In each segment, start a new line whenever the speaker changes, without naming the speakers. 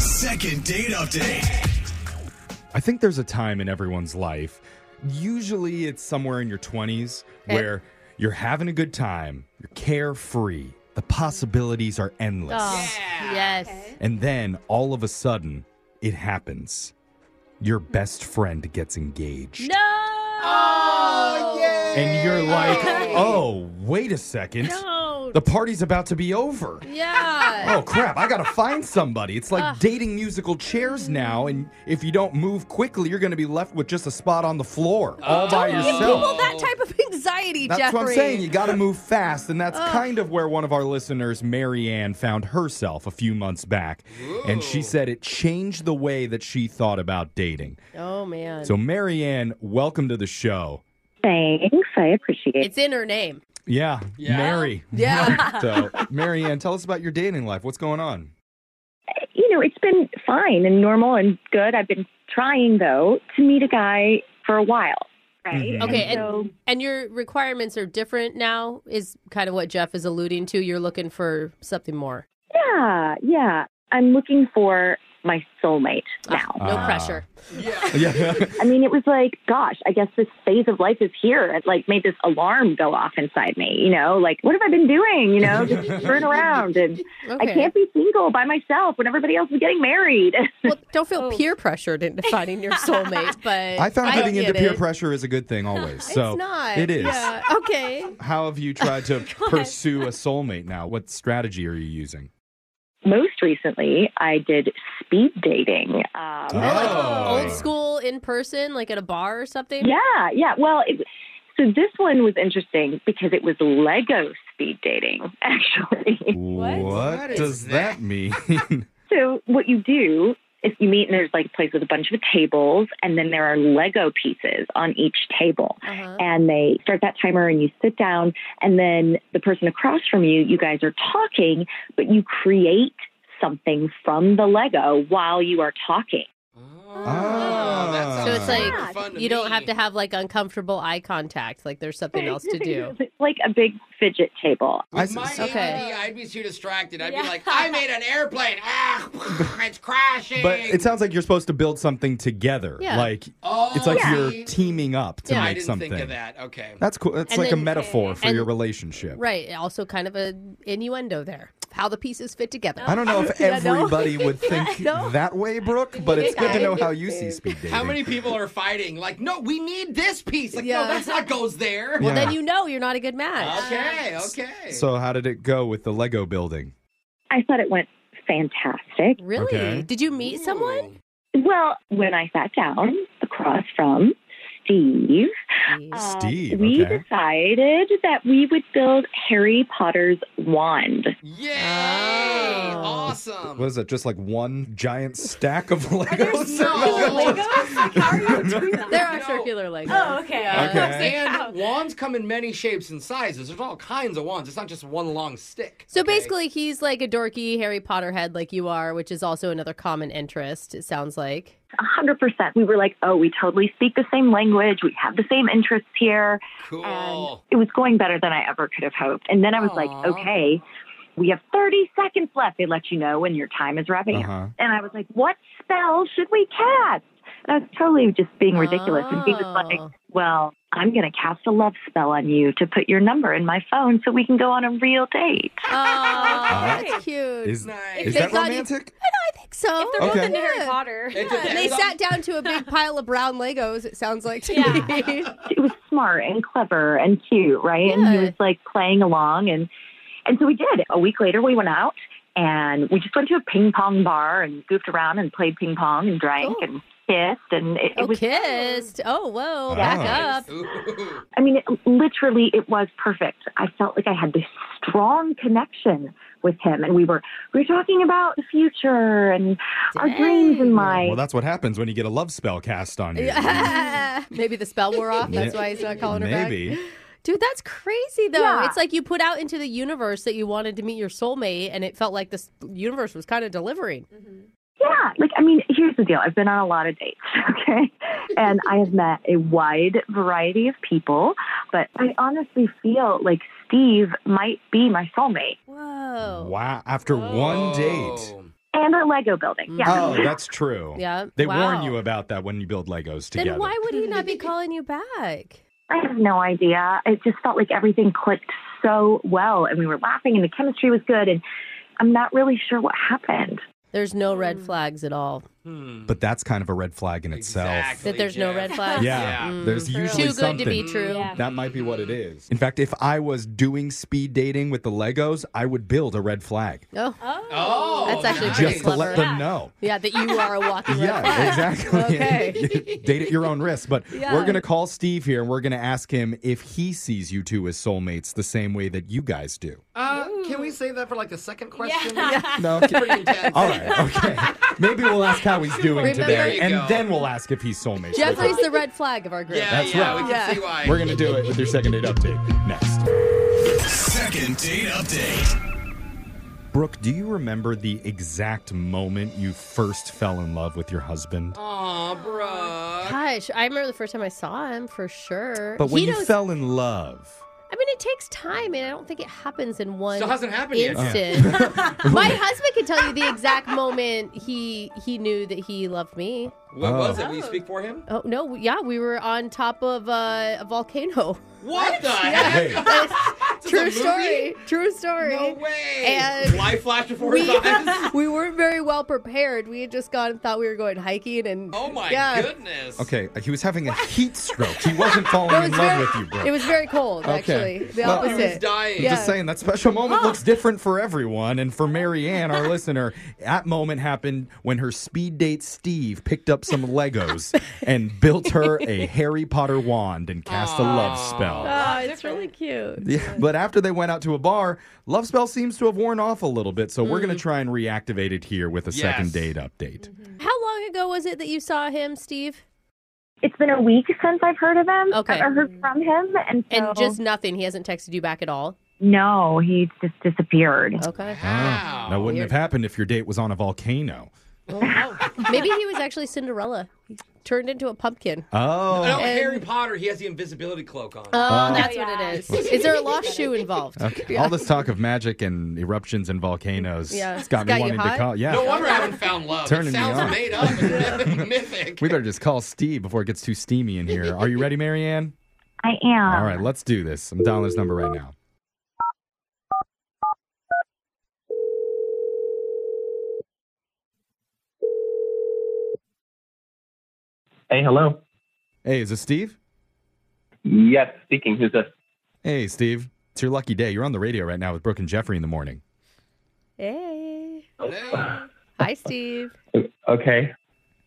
Second date update.
I think there's a time in everyone's life, usually it's somewhere in your 20s,
Okay.
where you're having a good time, you're carefree, the possibilities are endless.
Oh, Yes.
And then all of a sudden, it happens. Your best friend gets engaged.
No. Oh,
And you're like, oh, wait a second.
No.
The party's about to be over.
Yeah.
Oh crap, I gotta find somebody. It's like dating musical chairs now, and if you don't move quickly, you're gonna be left with just a spot on the floor all by
Oh People
yourself.
that type of anxiety,
That's
Jeffrey.
what I'm saying. You gotta move fast, and that's kind of where one of our listeners, Marianne, found herself a few months back. And she said it changed the way that she thought about dating.
Oh man.
So, Marianne, welcome to the show.
Thanks. I appreciate it.
it's in her name.
Yeah,
Yeah.
Mary.
Yeah.
so, Marianne, tell us about your dating life. What's going on?
You know, it's been fine and normal and good. I've been trying, though, to meet a guy for a while, right?
Mhm.
Okay, and,
So-
and your requirements are different now is kind of what Jeff is alluding to. You're looking for something more.
Yeah, yeah. I'm looking for my soulmate now.
No
Ah.
pressure.
Yeah.
I mean, it was like, gosh, I guess this phase of life is here. It like made this alarm go off inside me, you know, like, what have I been doing? You know, just turn around. And
Okay.
I can't be single by myself when everybody else is getting married.
Well, don't feel
Oh.
peer pressured into finding your soulmate, but
I found getting into
get
peer
it.
pressure is a good thing always. so
it's not.
It is.
Yeah. Okay.
How have you tried to pursue a soulmate now? What strategy are you using?
Most recently, I did speed dating. Um,
Oh.
Like old school in person, like at a bar or something.
Yeah, yeah. Well, it, so this one was interesting because it was Lego speed dating, actually.
What,
What is
does that mean?
so what you do is you meet and there's like a place with a bunch of tables, and then there are Lego pieces on each table.
Uh-huh.
And they start that timer, and you sit down, and then the person across from you, you guys are talking, but you create something from the Lego while you are talking.
Oh,
Ah.
So it's like
Yeah,
you don't have to have like uncomfortable eye contact. Like there's something else to do.
It's like a big fidget table.
I
With my
s-
Okay.
ADD, I'd be too distracted. I'd be like, I made an airplane. Ah, it's crashing.
but it sounds like you're supposed to build somethething together.
Yeah.
Like
oh,
it's like
see?
you're teaming up to
Yeah.
make
I didn't
something.
think of that. Okay.
That's cool. That's
And
like a
then-
metaphor for
and-
your relationship.
Right. Also, kind of a innuendo there. How the pieces fit together.
I don't know if
Yeah, no.
everybody would think
No.
that way, Brooke, but it's good to know how you see speed dating.
How many people are fighting? Like, no, we need this piece. Like,
Yeah.
no, that's not goes there.
Yeah.
Well, then you know you're not a good match.
Okay, okay.
So how did it go with the Lego building?
I thought it went fantastic.
Really?
Okay.
Did you meet someone?
Well, when I sat down across from Steve,
Jeez.
um,
Steve,
we
okay.
decided that we would build Harry Potter's wand.
Yay!
Oh.
Awesome.
What is it? Just like one giant stack of Legos?
Oh
circular
Legos? Like, how are you doing that?
there are
No.
circular legs.
Oh, okay. I
Okay.
was like,
And
wow.
wands come in many shapes and sizes. There's all kinds of wands. It's not just one long stick.
So
okay?
basically, he's like a dorky Harry Potter head, like you are, which is also another common interest. It sounds like.
A 100%. We were like, oh, we totally speak the same language. We have the same interests here.
cool.
It was going better than I ever could have hoped. And then I was
Aw.
like, okay, we have 30 seconds left. They let you know when your time is wrapping up.
Uh-huh.
And I was like, what spell should we cast? And I was totally just being ridiculous. And he was like,
Oh.
well, I'm going to cast a love spell on you to put your number in my phone so we can go on a real date.
Oh, that's cute.
Is,
Nice.
is
they
that
got you-
romantic?
I think so.
If they're both
Okay.
into Harry
Yeah.
Potter.
It
And they
depends on-
sat down to a big pile of brown Legos, it sounds like to me.
It was smart and clever and cute, right? And he
Yeah.
was like playing along. And, and so we did. A week later, we went out and we just went to a ping pong bar and goofed around and played ping pong and drank
Cool.
and kissed. And it, it
Oh,
was,
kissed. Oh, whoa.
Oh.
Back up.
Ooh.
I mean, it, literally, it was perfect. I felt like I had this strong connection with him. And we were, we were talking about the future and our dreams
Dang.
in life.
Well, that's what happens when you get a love spell cast on you.
Maybe the spell wore off. That's
Yeah.
why he's not calling her back.
Maybe.
Dude, that's crazy, though.
Yeah.
It's like you put out into the universe that you wanted to meet your soulmate, and it felt like the s- universe was kind of delivering.
Yeah, like I mean, here's the deal. I've been on a lot of dates, okay? And I have met a wide variety of people, but I honestly feel like Steve might be my soulmate.
Whoa.
Wow. After one date.
Oh.
And I Lego building. Yeah.
Oh, that's true.
Yeah.
They
Wow.
warn you about that when you build Legos together.
Then why would he not be calling you back?
I have no idea. It just felt like everything clicked so well and we were laughing and the chemistry was good and I'm not really sure what happened.
There's no red flags at all.
But that's kind of a red flag in itself.
Exactly,
That there's no
Jeff.
red flags?
Yeah, there's usually
Mm, Too good to
something.
be true.
Yeah.
That might be what it is. In fact, if I was doing speed dating with the Legos, I would build a red flag
Oh.
Oh,
That's actually
nice.
just to
clever.
let them know.
Yeah, that you are a walking red flag.
Yeah, exactly.
Okay.
Date at your own risk. But
Yeah.
we're going to call Steve here and we're going to ask him if he sees you two as soulmates the same way that you guys do.
Uh, can we save that for like the second question?
No.
Pretty intense.
All right. Okay. Maybe we'll ask how he's doing
Remember- There
today
you
and
go.
then we'll ask if he's soulmates. with her.
Jeffrey's the red flag of our group.
Yeah,
That's
yeah,
right.
we can
Yeah.
see why.
We're going to do it with your second date update next.
Second date update.
Brooke, do you remember the exact moment you first fell in love with your husband?
Uh,
Aw, bro.
Gosh, I remember the first time I saw him for sure.
But when
he
you
knows-
fell in love,
I mean, it takes time, and I don't think it happens in one.
Still hasn't happened yet.
Instant. My husband can tell you the exact moment he he knew that he loved me.
What
Oh.
was it? Will you speak for him?
Oh no, yeah, we were on top of uh, a volcano.
What the
Wait.
heck? Is this a
True
movie?
story. True story.
No way.
And
Life flashed before
We,
his eyes.
we weren't very well prepared. We had just gone and thought we were going hiking, and
Oh my
yeah,
goodness.
okay, he was having a heat stroke. He wasn't falling in love
very,
with you, Brooke.
It was very cold,
Okay.
actually. The
Well,
He was
opposite.
dying.
Yeah.
Just saying that special moment looks different for everyone. And for Marianne, our listener, that moment happened when her speed date Steve picked up some Legos and built her a Harry Potter wand and cast a love spell.
Oh, it's really cute.
Yeah, but after they went out to a bar, love spell seems to have worn off a little bit. So we're
Mm.
going to try and reactivate it here with a
Yes.
second date update.
How long ago was it that you saw him, Steve?
It's been a week since I've heard of him
Okay.
or heard from him and so
And just nothing. He hasn't texted you back at all.
no, he just
Oh.
disappeared.
Okay.
Ah, that wouldn't have happened if your date was on a volcano.
Maybe he was actually Cinderella. He turned into a pumpkin.
Oh,
No,
And-
Harry Potter, he has the invisibility cloak on.
Oh, that's what
yeah.
it is. Is there a lost shoe involved?
Okay. All this talk of magic and eruptions and volcanoes
Yeah.
has got
It's
me
got you
wanting to
hot?
call. Yeah.
no wonder I haven't found love.
Turning me
it sounds
on.
made up and mythic.
we better just call Steve before it gets too steamy in here. Are you ready, Marianne?
I am.
All right, let's do this. I'm dialing his number right now.
Hey, hello.
Hey, is this Steve?
Yes, speaking. Who's this?
Hey, Steve. It's your lucky day. You're on the radio right now with Brooke and Jeffrey in the morning.
Hey.
No.
Hi, Steve.
Okay.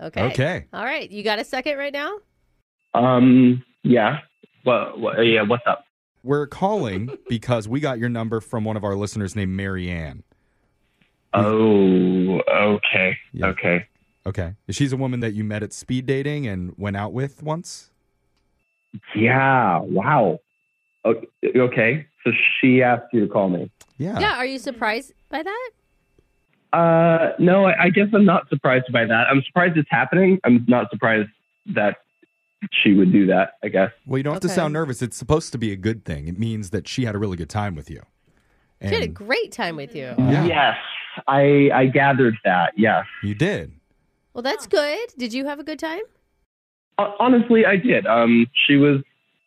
Okay.
Okay.
All right. You got a second right now?
Um. Yeah. Well. well yeah. What's up?
We're calling because we got your number from one of our listeners named Marianne.
Oh. Okay.
Yeah.
Okay.
Okay. She's a woman that you met at speed dating and went out with once.
Yeah. Wow. O- Okay. So she asked you to call me.
Yeah.
Yeah. Are you surprised by that?
Uh. No. I, I guess I'm not surprised by that. I'm surprised it's happening. I'm not surprised that she would do that. I guess.
Well, you don't have to
Okay.
sound nervous. It's supposed to be a good thing. It means that she had a really good time with you.
She had a
And
great time with you.
Yeah.
Yes. I I gathered that. Yes.
you did.
Well, that's good. Did you have a good time?
Ho- Honestly, I did. Um. She was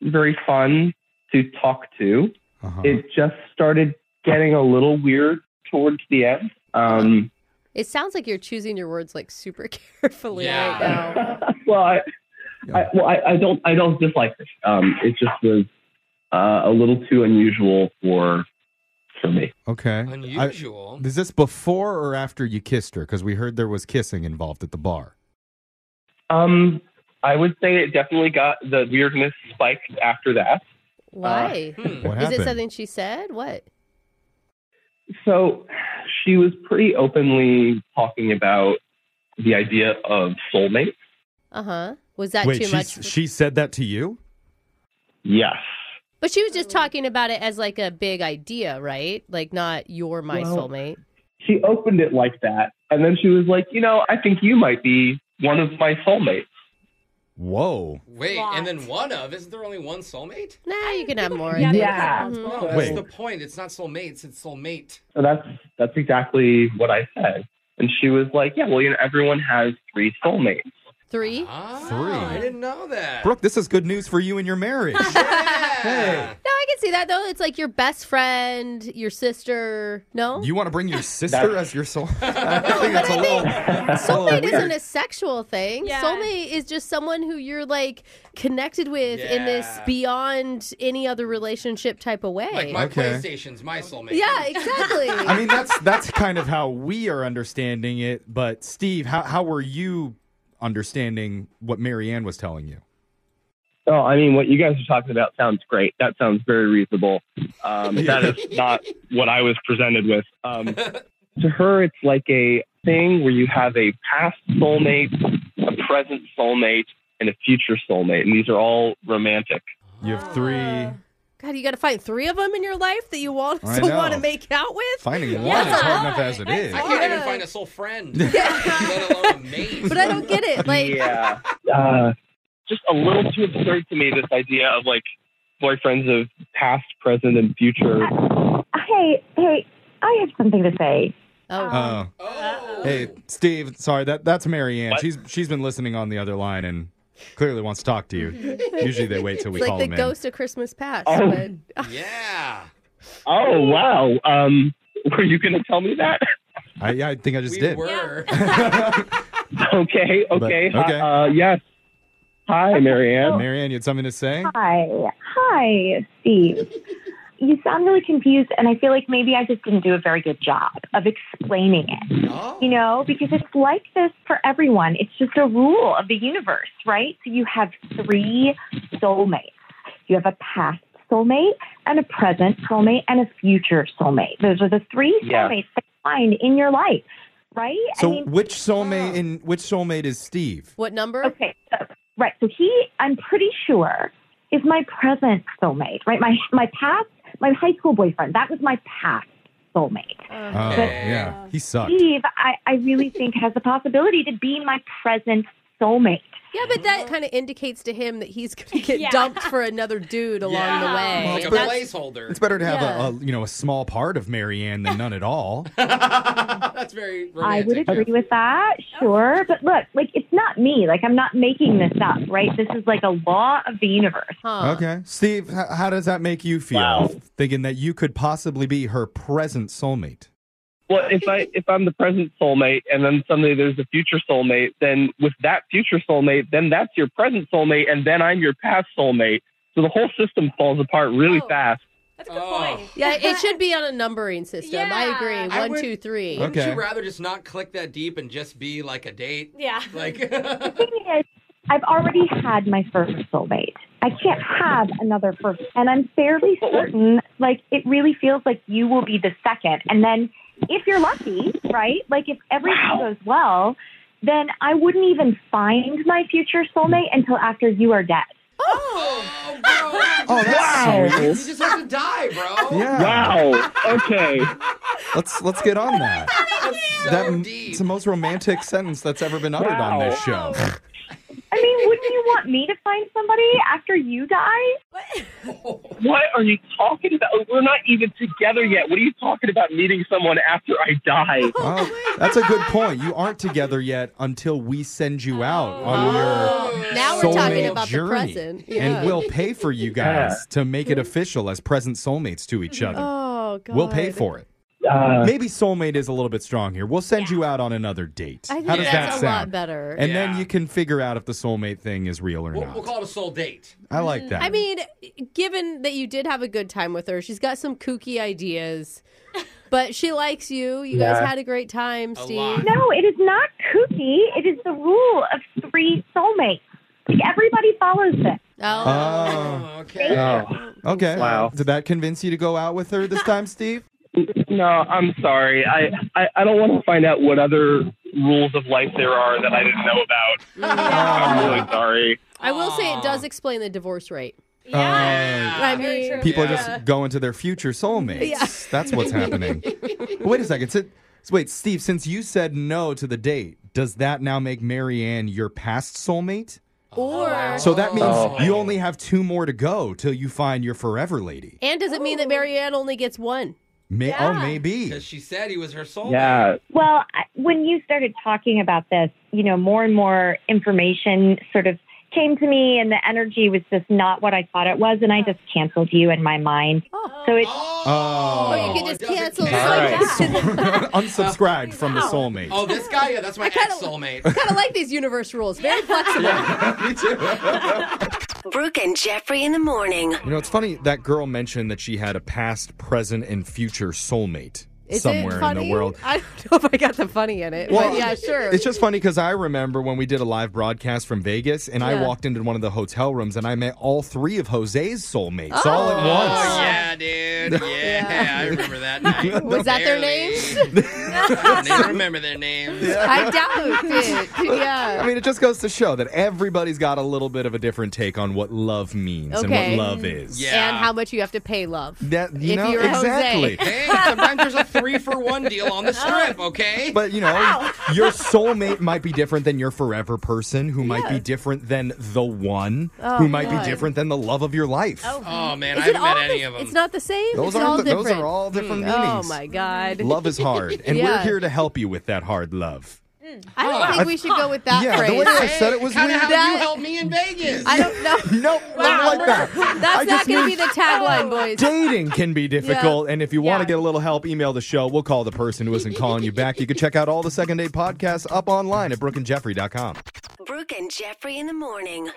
very fun to talk to.
Uh-huh.
it just started getting a little weird towards the end. Um,
It sounds like you're choosing your words like super carefully
Yeah.
right now.
well, I, I, well, I, I don't, I don't dislike this. Um, it just was uh, a little too unusual for for me.
okay. I-
Unusual.
is this before or after you kissed her? Because we heard there was kissing involved at the bar.
Um, I would say it definitely got the weirdness spiked after that.
Why?
Hmm.
What
Uh, Mm-hmm. Is
happened?
it something she said? What?
So she was pretty openly talking about the idea of soulmate.
Uh huh. Was that
Wait,
too
she,
much? for-
she said that to you?
Yes.
But she was just talking about it as like a big idea, right? Like not you're my
Well-
soulmate.
she opened it like that. And then she was like, you know, I think you might be one of my soulmates.
Whoa.
Wait,
Lot.
and then one of isn't there only one soulmate?
Nah, you can have more. Mm-hmm.
Yeah.
I think.
Yeah.
No, that's
Wait.
the point. It's not soulmates. It's soulmate.
So that's that's exactly what I said. And she was like, yeah, well, you know, everyone has three soulmates.
Three.
Three.
Ah, I didn't know that.
Brooke, this is good news for you and your marriage. Hey.
No, I can see that though. It's like your best friend, your sister. No,
You want to bring your sister as your soul? I think
but
that's a
I
little.
think
that's a little
soulmate
weird.
isn't a sexual thing. Soulmate is just someone who you're like connected with in this
Yeah.
beyond any other relationship type of way.
Like my
Okay.
PlayStation's my soulmate.
yeah, exactly.
I mean, that's that's kind of how we are understanding it. But Steve, how how were you understanding what Marianne was telling you?
Oh, I mean, what you guys are talking about sounds great. That sounds very reasonable. Um, that is not what I was presented with. Um, to her, it's like a thing where you have a past soulmate, a present soulmate, and a future soulmate, and these are all romantic.
You have three.
Uh, God, you got to find three of them in your life that you want
I
so
know.
want to make out with.
Finding one
Yeah.
is hard enough as it is.
I can't even find a soul friend, let alone a mate.
But I don't get it. Like,
yeah, uh, just a little too absurd to me. This idea of like boyfriends of past, present, and future.
Hey, hey, I have something to say.
oh,
Uh,
Oh.
hey, Steve. Sorry that that's Marianne. She's she's been listening on the other line and clearly wants to talk to you. Usually they wait till we
it's like
call
the
them
ghost of Christmas past.
Oh.
But
Yeah.
Oh wow, um, were you going to tell me that?
in. I, yeah, I think I just
we
did.
were.
Okay,
But-
okay. hi-
okay.
uh, yes. Hi, Marianne.
Marianne, you had something to say?
Hi. Hi, Steve. you sound really confused, and I feel like maybe I just didn't do a very good job of explaining it.
Oh.
You know, because it's like this for everyone. It's just a rule of the universe, right? So you have three soulmates. You have a past soulmate and a present soulmate and a future soulmate. Those are the three
Yeah.
soulmates that you find in your life, right?
So
I mean,
which soulmate in which soulmate is Steve?
what number?
Okay, so, right. So he, I'm pretty sure, is my present soulmate. Right, my my past, my high school boyfriend. That was my past soulmate.
Oh, yeah. He sucked.
Steve, I, I really think has the possibility to be my present soulmate.
Yeah, but that kind of indicates to him that he's going to get
Yeah.
dumped for another dude along the
Yeah.
way.
Like a
And that's-
placeholder.
It's better to have
Yeah.
a, a you know a small part of Marianne than none at all.
That's very
I would
romantic.
agree with that, sure. But look, like it's not me. Like I'm not making this up, right? This is like a law of the universe.
huh.
okay, Steve, h- how does that make you feel?
Wow.
Thinking that you could possibly be her present soulmate.
Well, if I if I'm the present soulmate and then suddenly there's a future soulmate, then with that future soulmate, then that's your present soulmate, and then I'm your past soulmate. So the whole system falls apart really
Oh.
fast.
That's a good
Oh.
point.
Yeah, it should be on a numbering system. I
Yeah.
agree.
I
One,
would-
two, three.
Okay.
Wouldn't you rather just not click that deep and just be like a date?
Yeah.
Like,
The thing is, I've already had my first soulmate. I can't have another first. And I'm fairly certain, like, it really feels like you will be the second. And then if you're lucky, right? Like, if everything goes well, then I wouldn't even find my future soulmate until after you are dead.
oh, bro.
Oh, that's
You
sweet.
just have to die, bro.
Yeah.
Wow. Okay.
Let's let's get on that.
That's so
that
deep.
it's the most romantic sentence that's ever been uttered on this show.
I mean, wouldn't you want me to find somebody after you die?
What are you talking about? We're not even together yet. What are you talking about meeting someone after I die?
Oh, that's a good point. You aren't together yet until we send you out
Oh.
on your
Now we're
soulmate
talking about
journey,
the present. Yeah.
and we'll pay for you guys to make it official as present soulmates to each other.
oh, God.
we'll pay for it.
Uh,
Maybe soulmate is a little bit strong here. We'll send you out on another date.
I think
How does that
that's a lot
sound?
better.
And then
Yeah.
you can figure out if the soulmate thing is real or
We'll,
not.
we'll call it a soul date.
I like that.
I mean, given that you did have a good time with her, she's got some kooky ideas, but she likes you. You guys
Yeah.
had a great time,
A
Steve.
lot.
No, it is not kooky. It is the rule of three soulmates. Like, everybody follows this.
Oh,
Oh,
Oh, okay.
okay.
Wow.
Did that convince you to go out with her this time, Steve?
No, I'm sorry. I, I, I don't want to find out what other rules of life there are that I didn't know about. I'm really sorry.
I will say it
Aw.
does explain the divorce rate.
Yeah.
I mean,
Very true.
Oh. Uh, People are
Yeah.
just going to their future soulmates. That's what's happening. Wait a second. si- so wait, Steve, since you said no to the date, does that now make Marianne your past soulmate?
or
So that means
Oh.
you only have two more to go till you find your forever lady.
and does it mean that Marianne only gets one?
May- Oh, maybe.
Because she said he was her soulmate.
Yeah.
Well, I- when you started talking about this, you know, more and more information sort of came to me, and the energy was just not what I thought it was, and I just canceled you in my mind. So it's
Oh.
you could just cancel
All
so
right.
fast.
Unsubscribed from the soulmate.
Oh, this guy. Yeah, that's my Oh, ex soulmate.
kind of like these universe rules. Very flexible.
Me too.
Brooke and Jeffrey in the morning.
You know, it's funny that girl mentioned that she had a past, present, and future soulmate
Is
somewhere
it funny?
in the world.
I don't know if I got the funny in it.
Well,
but yeah, sure.
It's just funny because I remember when we did a live broadcast from Vegas, and I
Yeah.
walked into one of the hotel rooms and I met all three of Jose's soulmates all at once.
Oh, yeah, dude. Yeah, I remember that night.
Was that their
Barely.
names?
I don't even remember their names.
I doubt it. Yeah.
I mean, it just goes to show that everybody's got a little bit of a different take on what love means
Okay.
and what love is.
And how much you have to pay love.
That you
if
know
you're
exactly.
Jose.
Hey, sometimes there's a three for one deal on the strip, okay?
But you know, your soulmate might be different than your forever person, who might be
Yes.
different than the one,
Oh,
who might
God.
be different than the love of your life.
Oh man,
Is
I
it
haven't met
all
any
the-
of them.
It's not the same.
Those
it's
aren't
all
the- those
different.
are all different
Oh
meanings.
my god.
Love is hard, and we're
Yeah.
here to help you with that hard love.
I don't
Huh.
think we should go with that
Yeah, the
phrase.
way I said it was
Kinda
weird.
how
That-
you helped me in Vegas.
I don't know.
Nope, not like that.
That's
I
not
just
going to be
mean-
the tagline, boys.
Dating can be difficult, and if you want to get a little help, email the show. We'll call the person who isn't calling you back. You can check out all the Second Date podcasts up online at brookandjeffrey.com.
Brooke and Jeffrey in the morning.